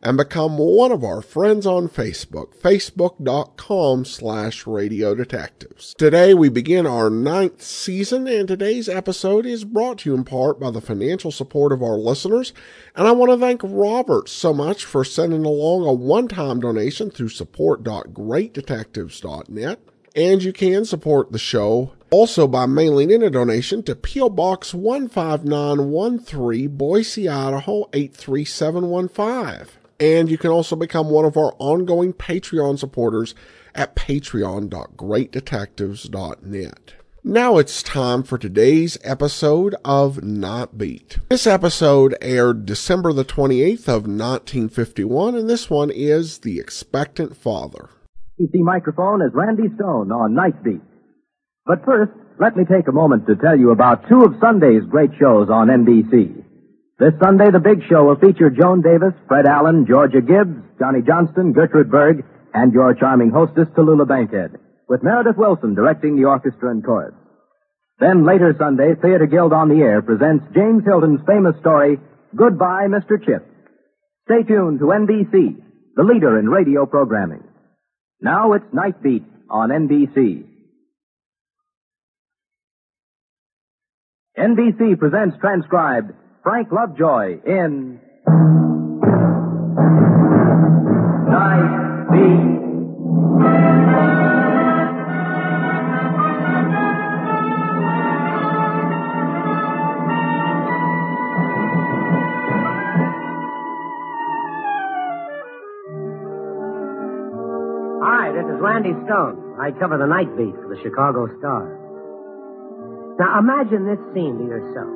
and become one of our friends on Facebook, facebook.com slash radio detectives. Today we begin our ninth season and today's episode is brought to you in part by the financial support of our listeners. And I want to thank Robert so much for sending along a one-time donation through support.greatdetectives.net. And you can support the show also by mailing in a donation to P.O. Box 15913, Boise, Idaho 83715. And you can also become one of our ongoing Patreon supporters at patreon.greatdetectives.net. Now it's time for today's episode of Not Beat. This episode aired December the 28th of 1951, and this one is The Expectant Father. The microphone is Randy Stone on Night Beat. But first, let me take a moment to tell you about two of Sunday's great shows on NBC. This Sunday, The Big Show will feature Joan Davis, Fred Allen, Georgia Gibbs, Johnny Johnston, Gertrude Berg, and your charming hostess, Tallulah Bankhead, with Meredith Wilson directing the orchestra and chorus. Then later Sunday, Theater Guild on the Air presents James Hilton's famous story, Goodbye, Mr. Chip. Stay tuned to NBC, the leader in radio programming. Now it's Night Beat on NBC. NBC presents transcribed Frank Lovejoy in Night Beat. Hi, this is Randy Stone. I cover the night beat for the Chicago Star. Now imagine this scene to yourself.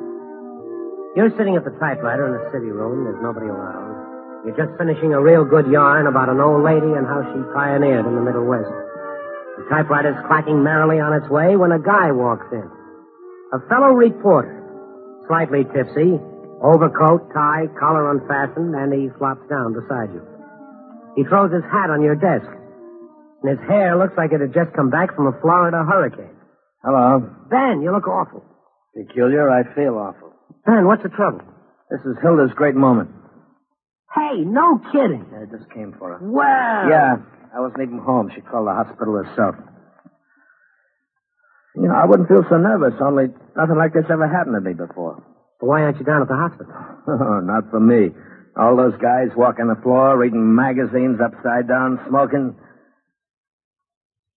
You're sitting at the typewriter in a city room. There's nobody around. You're just finishing a real good yarn about an old lady and how she pioneered in the Middle West. The typewriter's clacking merrily on its way when a guy walks in. A fellow reporter. Slightly tipsy, overcoat, tie, collar unfastened, and he flops down beside you. He throws his hat on your desk and his hair looks like it had just come back from a Florida hurricane. Hello. Ben, you look awful. Peculiar, I feel awful. Ben, what's the trouble? This is Hilda's great moment. Hey, no kidding. I just came for her. Wow. Yeah, I wasn't even home. She called the hospital herself. You know, I wouldn't feel so nervous, only nothing like this ever happened to me before. Why aren't you down at the hospital? Oh, not for me. All those guys walking the floor, reading magazines upside down, smoking.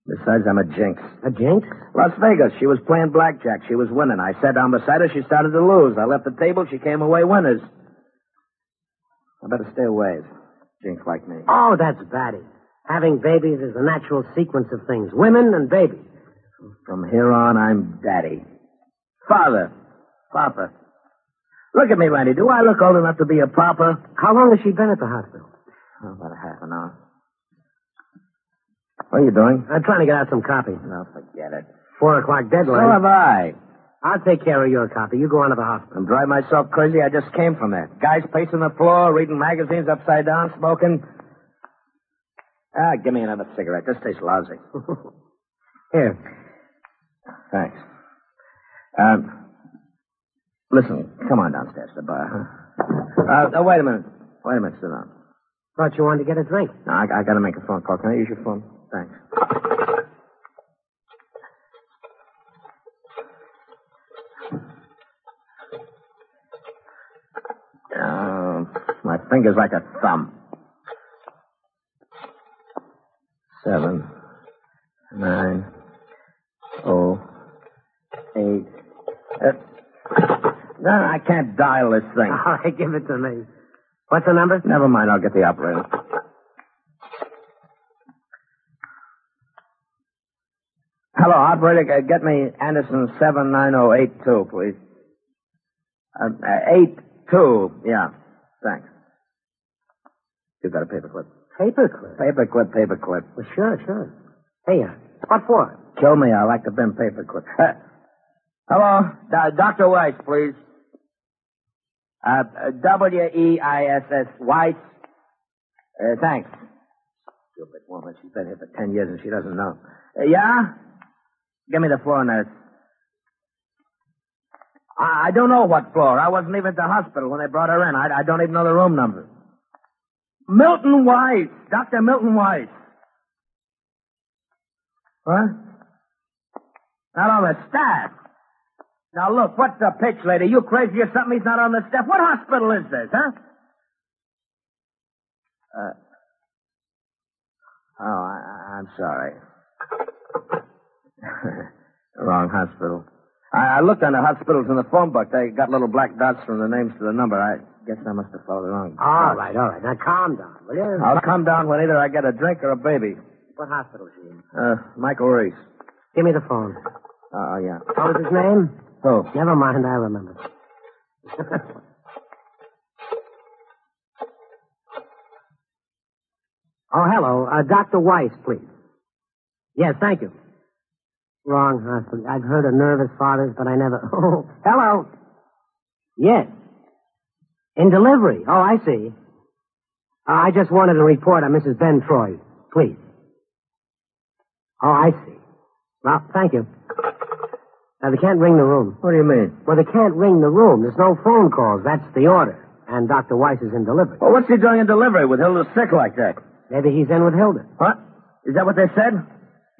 Besides, I'm a jinx. A jinx? Las Vegas. She was playing blackjack. She was winning. I sat down beside her. She started to lose. I left the table. She came away winners. I better stay away. Jinx like me. Oh, that's batty. Having babies is the natural sequence of things. Women and babies. From here on, I'm daddy. Father. Papa. Look at me, Randy. Do I look old enough to be a papa? How long has she been at the hospital? Oh, about a half an hour. What are you doing? I'm trying to get out some copy. No, forget it. Four o'clock So deadline. have I. I'll take care of your copy. You go on to the hospital. I'm driving myself crazy. I just came from there. Guys pacing the floor, reading magazines upside down, smoking. Ah, give me another cigarette. This tastes lousy. Here. Thanks. Um, listen, come on downstairs to the bar. Huh? Uh, now, wait a minute. Wait a minute, sit down. Thought you wanted to get a drink. No, I, I gotta make a phone call. Can I use your phone? Thanks. Oh, my finger's like a thumb. Seven, nine, oh, eight. Uh, no, I can't dial this thing. All right, give it to me. What's the number? Never mind, I'll get the operator. Hello, operator, g- get me Anderson 79082, please. Uh, uh, 82, yeah, thanks. You got a paperclip. Paperclip. Paperclip, paperclip. Well, sure, sure. Hey, uh, what for? Kill me, I like the bent paperclip. Uh, hello, Do- Dr. Weiss, please. Uh, uh, W-E-I-S-S, Weiss. Uh, thanks. Stupid woman, she's been here for ten years and she doesn't know. Uh, yeah? Give me the floor, nurse. I, I don't know what floor. I wasn't even at the hospital when they brought her in. I, I don't even know the room number. Milton Weiss, Dr. Milton Weiss. What? Not on the staff. Now look, what's the pitch, lady? You crazy or something? He's not on the staff. What hospital is this, huh? Uh, oh, I, I'm sorry. Wrong hospital. I, I looked under hospitals in the phone book. They got little black dots from the names to the number. I guess I must have followed the wrong. All right, all right. Now calm down, will you? I'll come down when either I get a drink or a baby. What hospital is he in? Uh, Michael Reese. Give me the phone. Oh, yeah. What was his name? Oh, Never mind, I remember. oh, hello. Uh, Dr. Weiss, please. Yes, thank you. Wrong hospital. I've heard of nervous fathers, but I never. Oh, hello. Yes. In delivery. Oh, I see. Uh, I just wanted to report on Mrs. Ben Troy, please. Oh, I see. Well, thank you. Now, they can't ring the room. What do you mean? Well, they can't ring the room. There's no phone calls. That's the order. And Dr. Weiss is in delivery. Well, what's he doing in delivery with Hilda sick like that? Maybe he's in with Hilda. What? Is that what they said?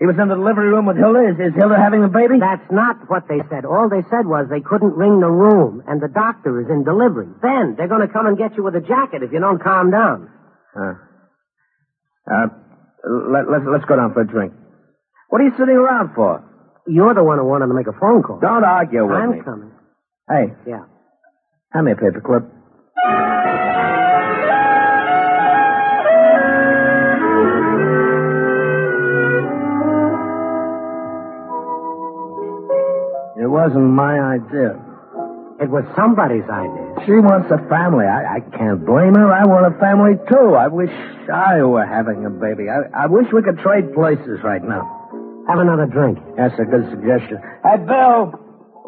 He was in the delivery room with Hilda? Is, is Hilda having the baby? That's not what they said. All they said was they couldn't ring the room, and the doctor is in delivery. Then they're going to come and get you with a jacket if you don't calm down. Uh, uh, let, let's, let's go down for a drink. What are you sitting around for? You're the one who wanted to make a phone call. Don't argue with I'm me. coming. Hey, Yeah. hand me a paperclip. It wasn't my idea. It was somebody's idea. She wants a family. I, I can't blame her. I want a family, too. I wish I were having a baby. I, I wish we could trade places right now. Have another drink. That's a good suggestion. Hey, Bill.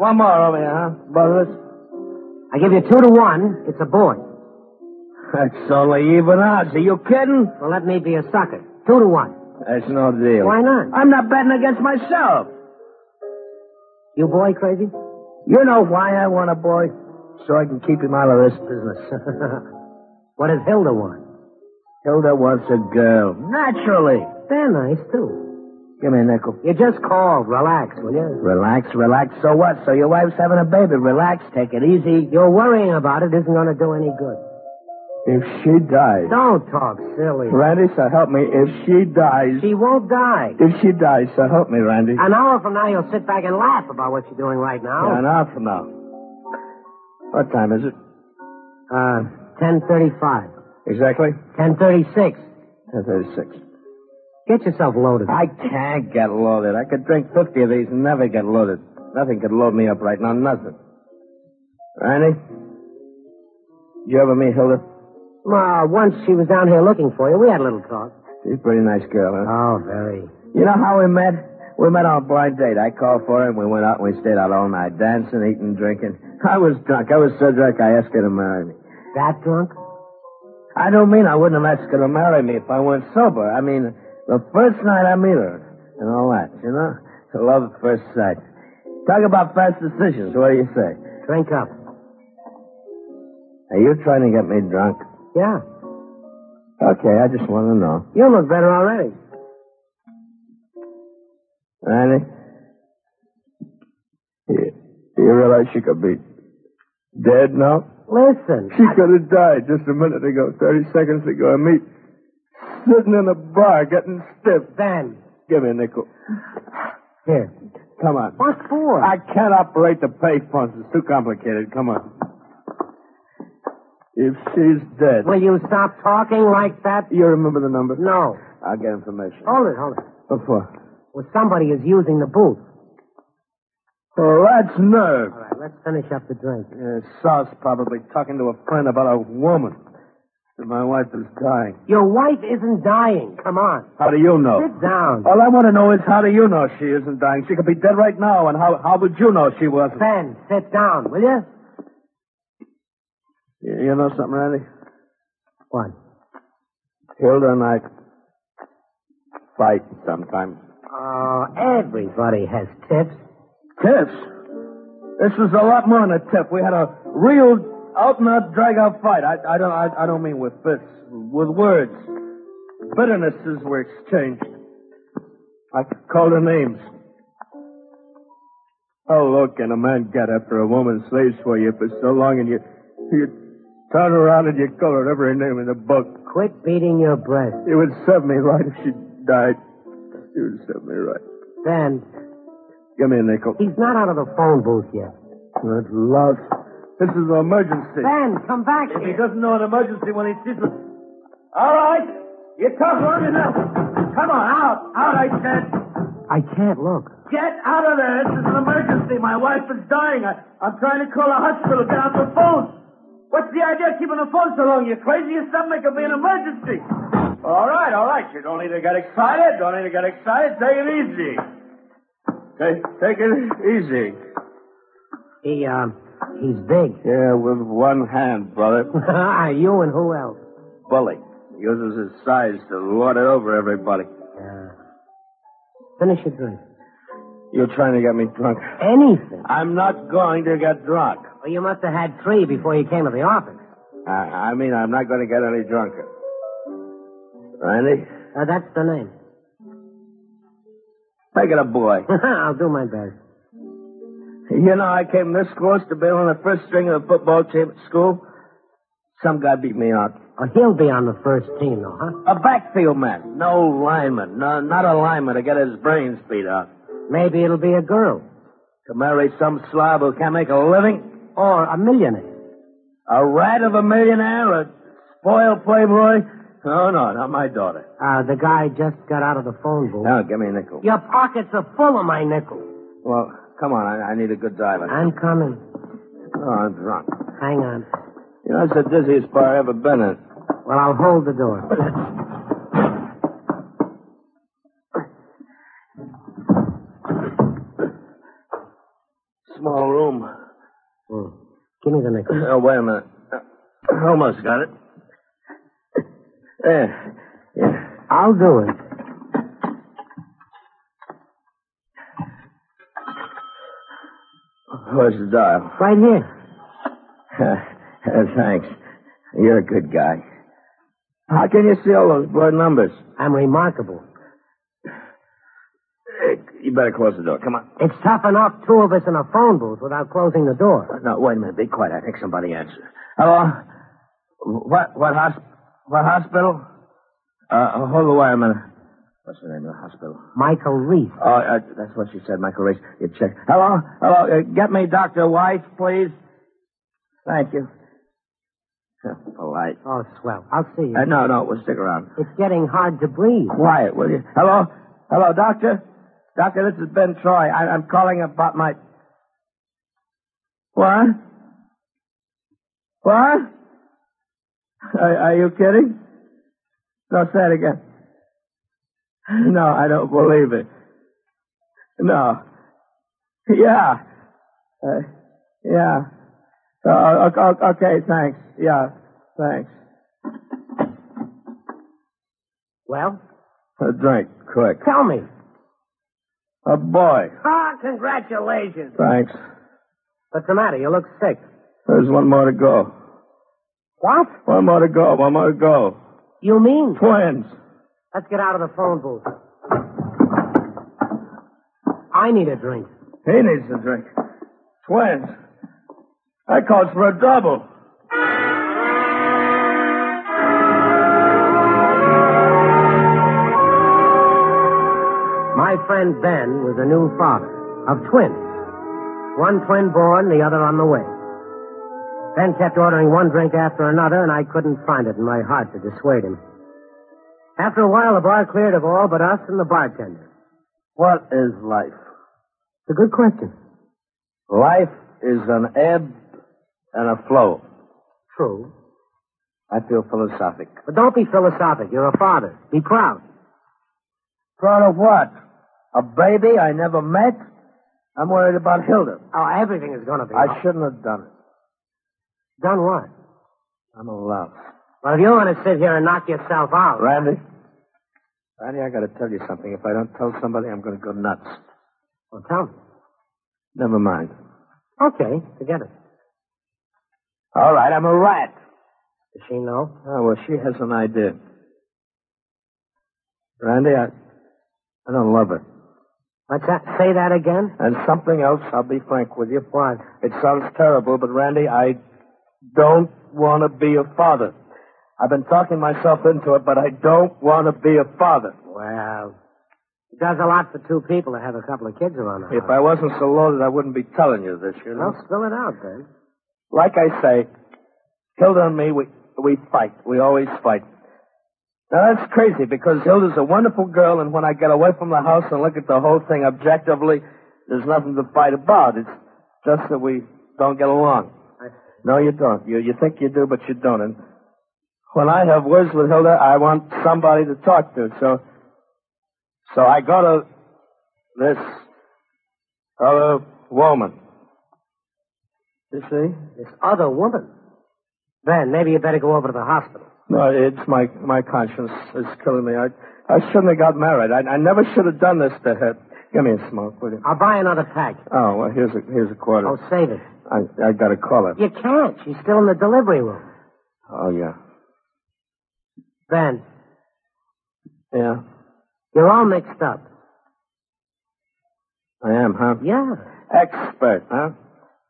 One more over here, huh? Both of us? I give you two to one. It's a boy. That's only even odds. Are you kidding? Well, let me be a sucker. Two to one. That's no deal. Why not? I'm not betting against myself. You boy crazy? You know why I want a boy? So I can keep him out of this business. what does Hilda want? Hilda wants a girl. Naturally. They're nice, too. Give me a nickel. You just called. Relax, will you? Relax, relax. So what? So your wife's having a baby. Relax, take it easy. You're worrying about it isn't going to do any good. If she dies. Don't talk silly. Randy, so help me. If she dies. She won't die. If she dies, so help me, Randy. An hour from now, you'll sit back and laugh about what you're doing right Yeah, now. an hour from now. What time is it? Uh, 10.35. Exactly? 10.36. 10.36. Get yourself loaded. I can't get loaded. I could drink 50 of these and never get loaded. Nothing could load me up right now. Nothing. Randy? You ever meet Hilda? Well, once she was down here looking for you, we had a little talk. She's a pretty nice girl, huh? Oh, very. You know how we met? We met on a blind date. I called for her, and we went out, and we stayed out all night, dancing, eating, drinking. I was drunk. I was so drunk, I asked her to marry me. That drunk? I don't mean I wouldn't have asked her to marry me if I weren't sober. I mean, the first night I meet her, and all that, you know? Love at first sight. Talk about fast decisions. What do you say? Drink up. Are you trying to get me drunk? Yeah. Okay, I just want to know. You look better already. Randy? You, you realize she could be dead now? Listen. She could have died just a minute ago, 30 seconds ago. And me sitting in a bar getting stiff. Ben. Give me a nickel. Here. Come on. What for? I can't operate the pay phones. It's too complicated. Come on. If she's dead, Will you stop talking like that? you remember the number? No. Oh. I'll get information. Hold it, hold it. What for? Well, somebody is using the booth. Oh, that's nerve. All right, let's finish up the drink. Uh, South's probably talking to a friend about a woman. And My wife is dying. Your wife isn't dying. Come on. How do you know? Sit down. All I want to know is how do you know she isn't dying? She could be dead right now, and how, how would you know she wasn't? Ben, sit down, will you? You you know something, Randy? What? Hilda and I fight sometimes. Oh, everybody has tips. Tips? This is a lot more than a tip. We had a real out and out drag out fight. I, I don't I, I don't mean with fists, with words. Bitternesses were exchanged. I called her names. How low can a man get after a woman slaves for you for so long and you you turn around and you call her every name in the book? Quit beating your breast. It would serve me right if she died. It would serve me right. Ben, Give me a nickel. he's not out of the phone booth yet. Good love. This is an emergency. Ben, come back If he here. doesn't know an emergency when he sees it. All right. You talk long enough. Come on, out. Out, I said. I can't look. Get out of there. This is an emergency. My wife is dying. I, I'm trying to call a hospital. Get off the phone. What's the idea of keeping the phone so long? You crazy or something? It could be an emergency. All right, all right. You don't need to get excited. Don't need to get excited. Take it easy. Take, take it easy. He, um, he's big. Yeah, with one hand, brother. you and who else? bully. He uses his size to lord it over everybody. Yeah. Finish your drink. You're trying to get me drunk. Anything. I'm not going to get drunk. Well, you must have had three before you came to the office. I, I mean, I'm not going to get any drunker. Randy, Uh, that's the name. make it a boy. I'll do my best. you know, I came this close to being on the first string of the football team at school. Some guy beat me out. Oh, he'll be on the first team, though, huh? A backfield man. No lineman. No, not a lineman to get his brains beat out. Maybe it'll be a girl. To marry some slob who can't make a living? Or a millionaire. A rat of a millionaire? A spoiled playboy? No, no, not my daughter. Uh, the guy just got out of the phone booth. Now, give me a nickel. Uh, Your pockets are full of my nickels. Well, come on, I, I need a good diver. I'm coming. Oh, I'm drunk. Hang on. You know, it's the dizziest bar I've ever been in. Well, I'll hold the door. Small room. Hmm. Give me the nickel. Oh, wait a minute. Uh, Almost got it. There. Yeah. I'll do it. Where's the dial? Right here. Uh, thanks. You're a good guy. How can you see all those blurred numbers? I'm remarkable. Uh, You better close the door. Come on. It's tough enough, two of us in a phone booth without closing the door. No, wait a minute. Be quiet. I think somebody answered. Hello? What, what, hos- what hospital? Uh, hold the wire a minute. What's the name of the hospital? Michael Reese. Oh, uh, that's what she said, Michael Reese. You check. Hello? Hello? Uh, get me Dr. Weiss, please. Thank you. Huh, Polite. Oh, swell. I'll see you. Uh, no, no, we'll stick around. It's getting hard to breathe. Quiet, will you? Hello? Hello, doctor? Doctor, this is Ben Troy. I- I'm calling about my... What? What? Are, are you kidding? No, say it again. No, I don't believe it. No. Yeah. Uh, yeah. Uh, o- o- okay, thanks. Yeah, thanks. Well, A drink, quick. tell me. A Oh, boy. Ah, congratulations. Thanks. What's the matter? You look sick. There's one more to go. What? One more to go. One more to go. You mean? Twins. Let's get out of the phone booth. I need a drink. He needs a drink. Twins. That calls for a double. My friend Ben was a new father of twins. One twin born, the other on the way. Ben kept ordering one drink after another, and I couldn't find it in my heart to dissuade him. After a while, the bar cleared of all but us and the bartender. What is life? It's a good question. Life is an ebb and a flow. True. I feel philosophic. But don't be philosophic. You're a father. Be proud. Proud of what? A baby I never met? I'm worried about Hilda. Oh, everything is going to be. I shouldn't have done it. Done what? I'm a louse. Well, if you want to sit here and knock yourself out. Randy? Randy, I gotta tell you something. If I don't tell somebody, I'm gonna go nuts. Well, tell me. Never mind. Okay, forget it. All right, I'm a rat. Does she know? Oh, well, she has an idea. Randy, I, I don't love her. What's that? Say that again? And something else, I'll be frank with you. What? It sounds terrible, but Randy, I don't want to be a father. I've been talking myself into it, but I don't want to be a father. Well, it does a lot for two people to have a couple of kids around the If house. I wasn't so loaded, I wouldn't be telling you this, you know? Well, spill it out, Ben. Like I say, Hilda and me, we, we fight. We always fight. Now that's crazy because Hilda's a wonderful girl and when I get away from the house and look at the whole thing objectively, there's nothing to fight about. It's just that we don't get along. No, you don't. You, you think you do, but you don't. And when I have words with Hilda, I want somebody to talk to. So, so I go to this other woman. You see? This other woman. Ben, maybe you better go over to the hospital. No, it's my my conscience is killing me. I I shouldn't have got married. I I never should have done this to her. Give me a smoke, will you? I'll buy another pack. Oh, well, here's a here's a quarter. Oh, save it. I I gotta call her. You can't. She's still in the delivery room. Oh yeah, Ben, yeah. you're all mixed up. I am, huh? Yeah. Expert, huh?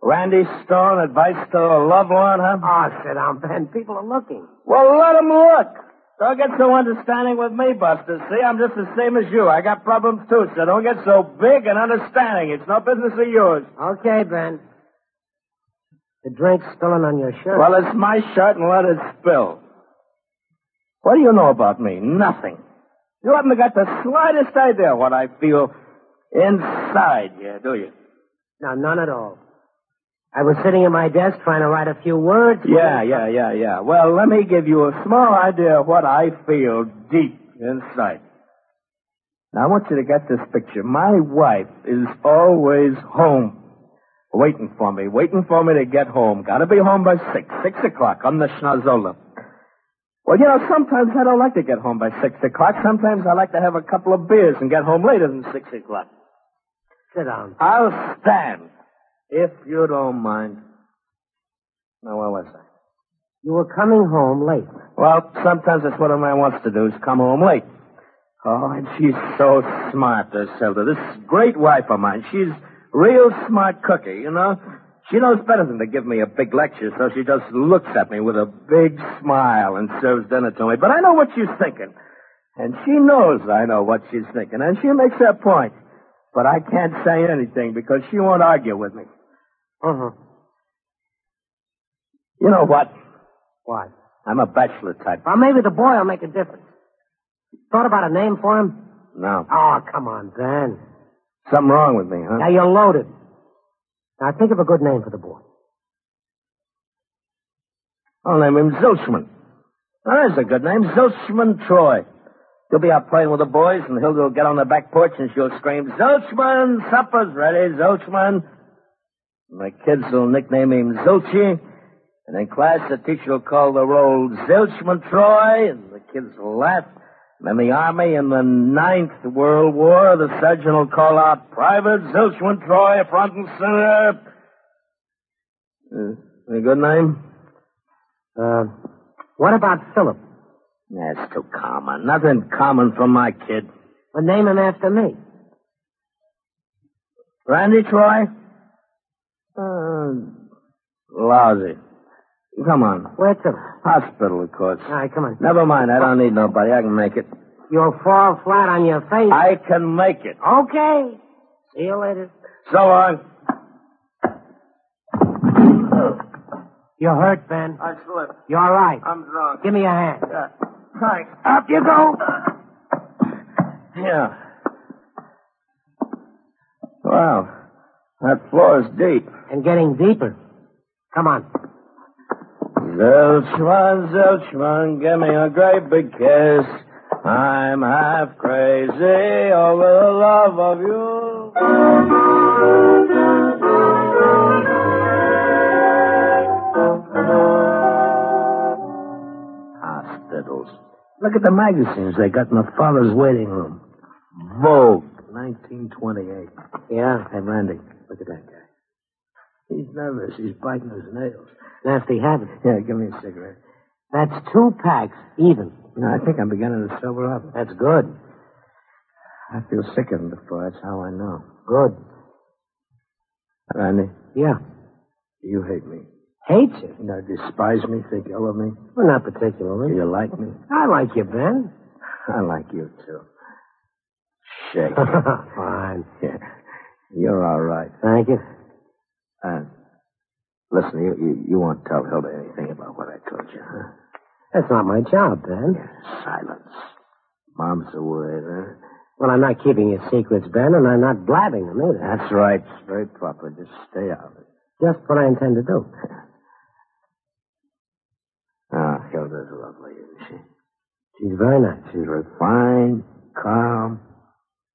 Randy Stone, advice to a lovelorn, huh? Oh, sit down, Ben. People are looking. Well, let him look. Don't get so understanding with me, Buster. See, I'm just the same as you. I got problems too, so don't get so big and understanding. It's no business of yours. Okay, Ben. The drink's spilling on your shirt. Well, it's my shirt and let it spill. What do you know about me? Nothing. You haven't got the slightest idea what I feel inside here, do you? no, none at all. I was sitting at my desk trying to write a few words. Yeah, yeah, yeah, yeah. Well, let me give you a small idea of what I feel deep inside. Now, I want you to get this picture. My wife is always home, waiting for me, waiting for me to get home. Gotta be home by six, six o'clock on the schnozola. Well, you know, sometimes I don't like to get home by six o'clock. Sometimes I like to have a couple of beers and get home later than six o'clock. Sit down. I'll stand, if you don't mind. Now, where was I? You were coming home late. Well, sometimes that's what a man wants to do is come home late. Oh, and she's so smart, this Hilda. This great wife of mine. She's real smart cookie, you know. She knows better than to give me a big lecture, so she just looks at me with a big smile and serves dinner to me. But I know what she's thinking. And she knows I know what she's thinking, and she makes her point. But I can't say anything because she won't argue with me. Uh-huh. You know what? Why? I'm a bachelor type. Well, maybe the boy will make a difference. Thought about a name for him? No. Oh, come on, Ben. Something wrong with me, huh? Now you're loaded. Now think of a good name for the boy. I'll name him Zilchman. That is a good name, Zilchman Troy. You'll be out playing with the boys, and Hilda will get on the back porch and she'll scream, Zilchman, supper's ready, Zilchman. My kids will nickname him Zilchy, and in class the teacher will call the roll Zilchman Troy, and the kids will laugh. And in the Army in the Ninth World War, the surgeon will call out Private Zilchman Troy, front and center. Uh, a good name? Uh, what about Philip? That's too common. Nothing common for my kid. Well, name him after me. Randy Troy? Uh, lousy. Come on. Where's Philip? Hospital, of course. All right, come on. Never mind. I don't need nobody. I can make it. You'll fall flat on your face. I can make it. Okay. See you later. So long. You're hurt, Ben. I slipped. You're all right. I'm drunk. Give me a hand. Yeah. Thanks. Up you go. Yeah. Wow. That floor is deep. And getting deeper. Come on. Zilchman, Zilchman, give me a great big kiss. I'm half crazy over the love of you. Hospitals. Look at the magazines they got in the father's waiting room. Vogue, 1928. Yeah. Hey, Randy, look at that guy. He's nervous. He's biting his nails. Nasty habit. Yeah, give me a cigarette. That's two packs even. No, I think I'm beginning to sober up. That's good. I feel sicker than before. That's how I know. Good. Randy, Yeah. you hate me. Hates you. You know, despise me, think ill of me. Well, not Do particularly. you like me? I like you, Ben. I like you, too. Shake. Fine. yeah. You're all right. Thank you. Uh, listen, you, you, you won't tell Hilda anything about what I told you, huh? That's not my job, Ben. Silence. Mom's away, huh? Well, I'm not keeping your secrets, Ben, and I'm not blabbing them either. That's right. It's very proper. Just stay out of it. Just what I intend to do. Ah, Hilda's lovely, isn't she? She's very nice. She's refined, calm,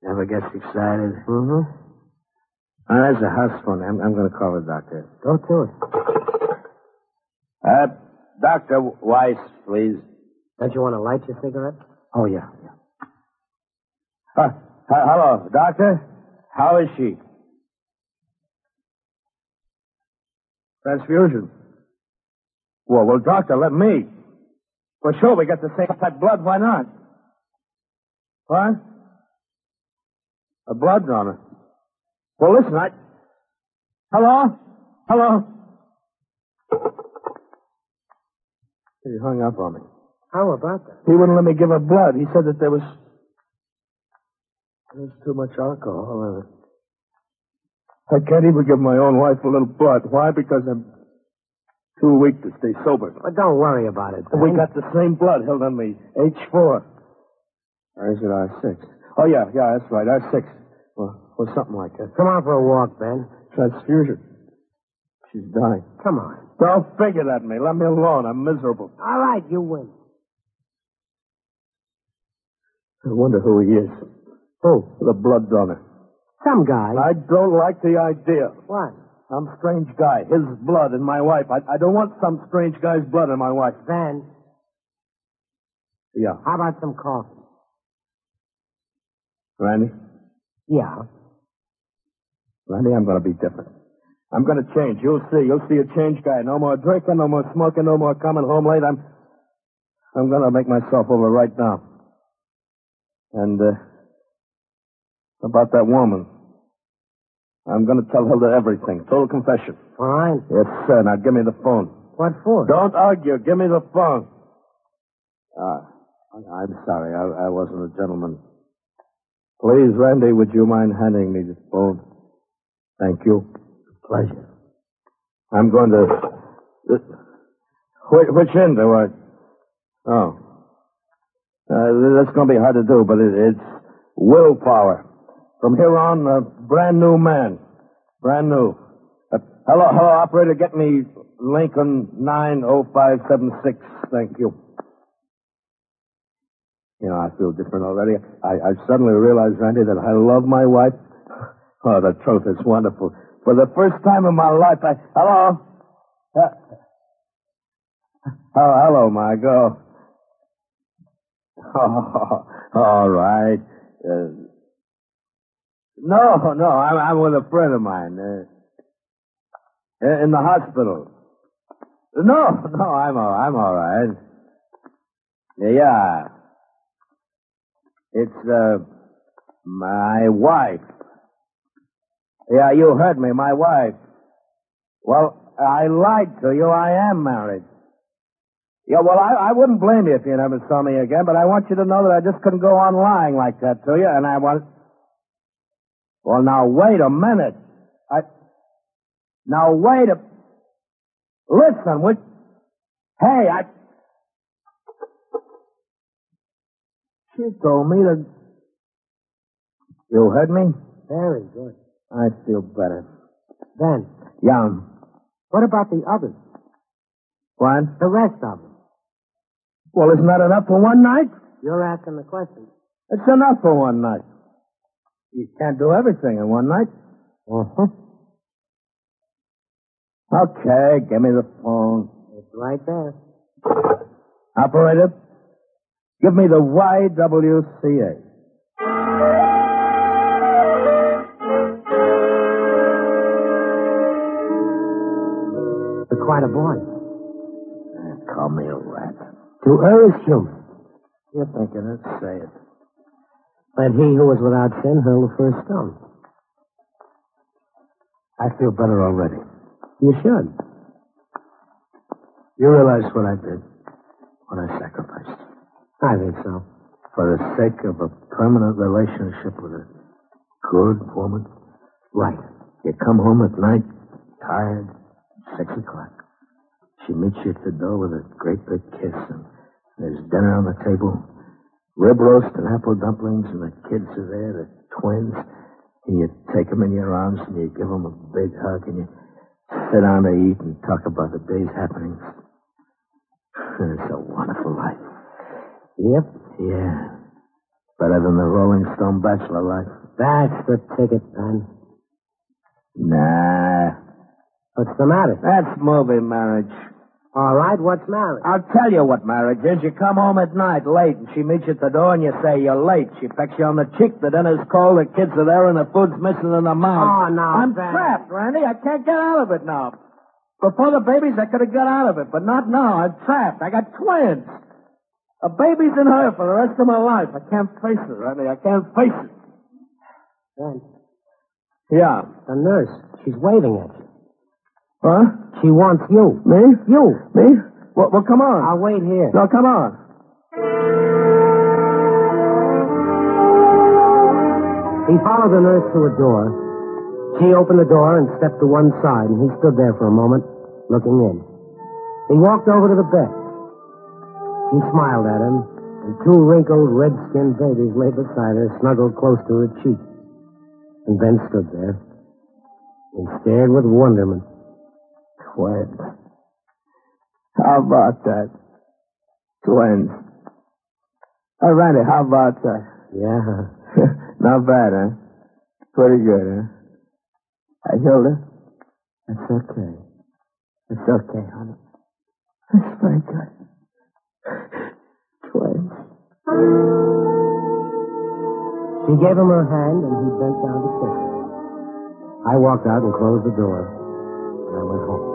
never gets excited. Mm-hmm. Oh, that's a house phone. I'm, I'm going to call the doctor. Go to it. Uh, Dr. Weiss, please. Don't you want to light your cigarette? Oh, yeah, yeah. Uh, h- hello, doctor? How is she? Transfusion. Well, well, doctor, let me. Well, sure, we got the same type blood. Why not? What? A blood donor. Well, listen, I... Hello? Hello? He hung up on me. How about that? He wouldn't let me give her blood. He said that there was there was too much alcohol in it. I can't even give my own wife a little blood. Why? Because I'm too weak to stay sober. Well, don't worry about it, Ben. We got the same blood held on me. H four. Or is it R six? Oh yeah, yeah, that's right. R six. Well, or something like that. Come out for a walk, Ben. Transfusion. She's dying. Come on. Don't figure that me. Let me alone. I'm miserable. All right, you win. I wonder who he is. Oh, the blood donor. Some guy. I don't like the idea. What? Some strange guy, his blood in my wife. I, I don't want some strange guy's blood in my wife. Ben, Yeah. how about some coffee? Randy? Yeah. Randy, I'm going to be different. I'm going to change. You'll see. You'll see a changed guy. No more drinking, no more smoking, no more coming home late. I'm, I'm going to make myself over right now. And, uh, about that woman. I'm going to tell Hilda everything. Total confession. Fine. Yes, sir. Now give me the phone. What for? Don't argue. Give me the phone. Ah, I- I'm sorry. I, I wasn't a gentleman. Please, Randy, would you mind handing me the phone? Thank you. Pleasure. I'm going to. Which, which end do I? Oh. Uh, that's going to be hard to do, but it, it's willpower. From here on, a brand new man. Brand new. Uh, hello, hello, operator. Get me Lincoln 90576. Thank you. You know, I feel different already. I, I suddenly realized, Randy, that I love my wife. Oh, the truth is wonderful. For the first time in my life, I. Hello? Uh, oh, hello, Margot. Oh, all right. Uh, no, no, I'm, I'm with a friend of mine. Uh, in in the hospital. No, no, I'm all, I'm all right. Yeah. It's, uh, my wife. Yeah, you heard me, my wife. Well, I lied to you. I am married. Yeah, well, I, I wouldn't blame you if you never saw me again, but I want you to know that I just couldn't go on lying like that to you, and I want. Well, now wait a minute. I. Now wait a. Listen, what? Hey, I. She told me to. You heard me? Very good. I feel better. Then, Young. what about the others? What? The rest of them? Well, isn't that enough for one night? You're asking the question. It's enough for one night. You can't do everything in one night. Uh-huh. Okay, give me the phone. It's right there. Operator, give me the YWCA. You're quite a boy. Call me a rat. To err is human, You're thinking it. Say it. but he who is without sin hurled the first stone. I feel better already. You should. You realize what I did? What I sacrificed? I think so. For the sake of a permanent relationship with a good woman? Right. You come home at night, tired, six o'clock. She meets you at the door with a great big kiss, and there's dinner on the table, rib roast and apple dumplings, and the kids are there, the twins. And you take them in your arms, and you give them a big hug, and you sit down to eat and talk about the day's happenings. It's a wonderful life. Yep. Yeah. Better than the Rolling Stone bachelor life. That's the ticket, Ben. Nah. What's the matter? That's movie marriage. All right, what's marriage? I'll tell you what marriage is. You come home at night late, and she meets you at the door, and you say you're late. She pecks you on the cheek. The dinner's cold. The kids are there, and the food's missing in the mouth. Oh, no, I'm Ben. trapped, Randy. I can't get out of it now. Before the babies, I could have got out of it, but not now. I'm trapped. I got twins. A baby's in her for the rest of my life. I can't face it, Randy. I can't face it. Ben, Yeah. the nurse, she's waving at you. Huh? She wants you. Me? You. Me? Well, well come on. I'll wait here. No, come on. He followed the nurse to a door. She opened the door and stepped to one side, and he stood there for a moment, looking in. He walked over to the bed. She smiled at him, and two wrinkled, red-skinned babies lay beside her, snuggled close to her cheek. And Ben stood there and stared with wonderment. Twins. How about that? Twins. Hey, Randy, Oh, how about that? Yeah. Not bad, huh? Pretty good, huh? Hey, Hilda? It's okay. It's okay, honey. It's very good. Twins. She gave him her hand, and he bent down to kiss her. I walked out and closed the door, and I went home.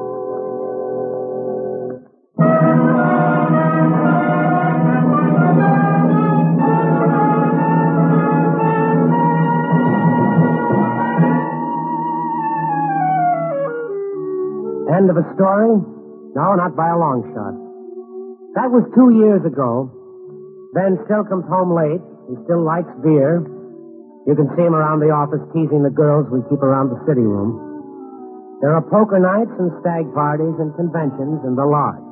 End of a story? No, not by a long shot. That was two years ago. Ben still comes home late. He still likes beer. You can see him around the office teasing the girls we keep around the city room. There are poker nights and stag parties and conventions in the lodge.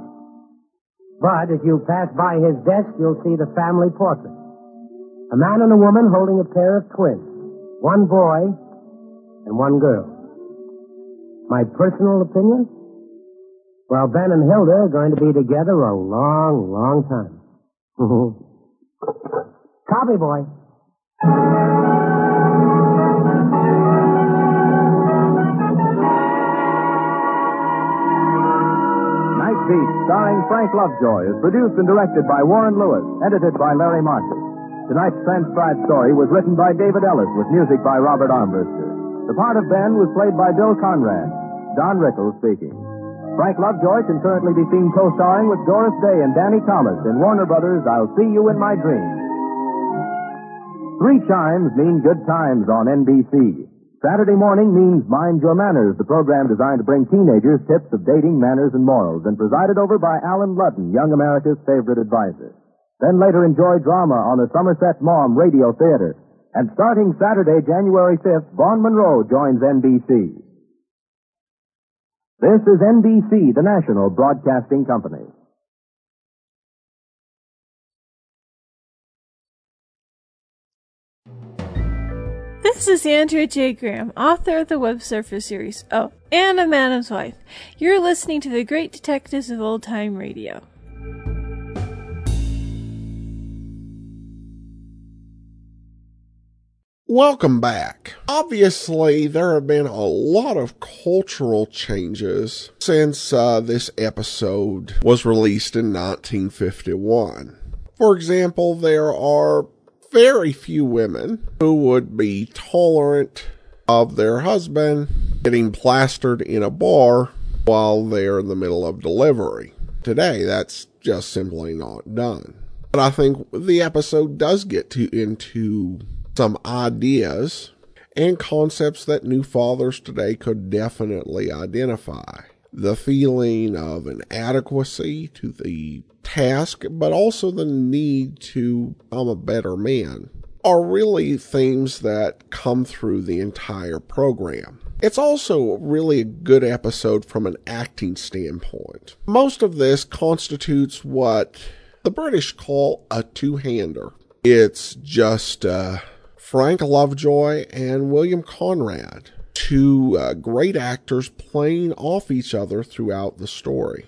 But if you pass by his desk, you'll see the family portrait. A man and a woman holding a pair of twins. One boy and one girl. My personal opinion? Well, Ben and Hilda are going to be together a long, long time. Copy, boy. Night Beat, starring Frank Lovejoy, is produced and directed by Warren Lewis, edited by Larry Marshall. Tonight's transcribed story was written by David Ellis with music by Robert Armbruster. The part of Ben was played by Bill Conrad. Don Rickles speaking. Frank Lovejoy can currently be seen co-starring with Doris Day and Danny Thomas in Warner Brothers' I'll See You in My Dreams. Three chimes mean good times on NBC. Saturday morning means Mind Your Manners, the program designed to bring teenagers tips of dating, manners, and morals, and presided over by Alan Ludden, Young America's favorite advisor. Then later enjoy drama on the Somerset Maugham Radio Theater. And starting Saturday, January 5th, Vaughn Monroe joins NBC. This is NBC, the national broadcasting company. This is Andrea J. Graham, author of the Web Surfer series. Oh, and a Madam's Wife. You're listening to the Great Detectives of Old Time Radio. Welcome back. Obviously, there have been a lot of cultural changes since uh, this episode was released in 1951. For example, there are very few women who would be tolerant of their husband getting plastered in a bar while they're in the middle of delivery. Today, that's just simply not done. But I think the episode does get to into some ideas and concepts that new fathers today could definitely identify. The feeling of inadequacy to the task, but also the need to become a better man, are really themes that come through the entire program. It's also really a good episode from an acting standpoint. Most of this constitutes what the British call a two hander. It's just uh, Frank Lovejoy and William Conrad, two uh, great actors playing off each other throughout the story.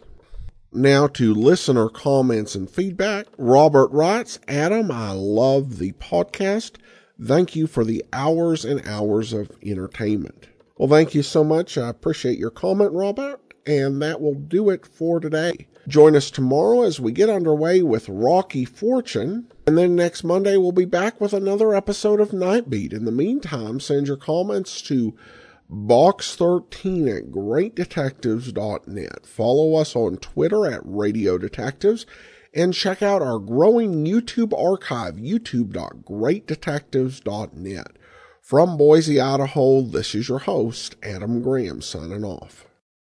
Now to listener comments and feedback. Robert writes, Adam, I love the podcast. Thank you for the hours and hours of entertainment. Well, thank you so much. I appreciate your comment, Robert. And that will do it for today. Join us tomorrow as we get underway with Rocky Fortune. And then next Monday, we'll be back with another episode of Nightbeat. In the meantime, send your comments to box13 at greatdetectives.net. Follow us on Twitter at Radio Detectives and check out our growing YouTube archive, youtube.greatdetectives.net. From Boise, Idaho, this is your host, Adam Graham, signing off.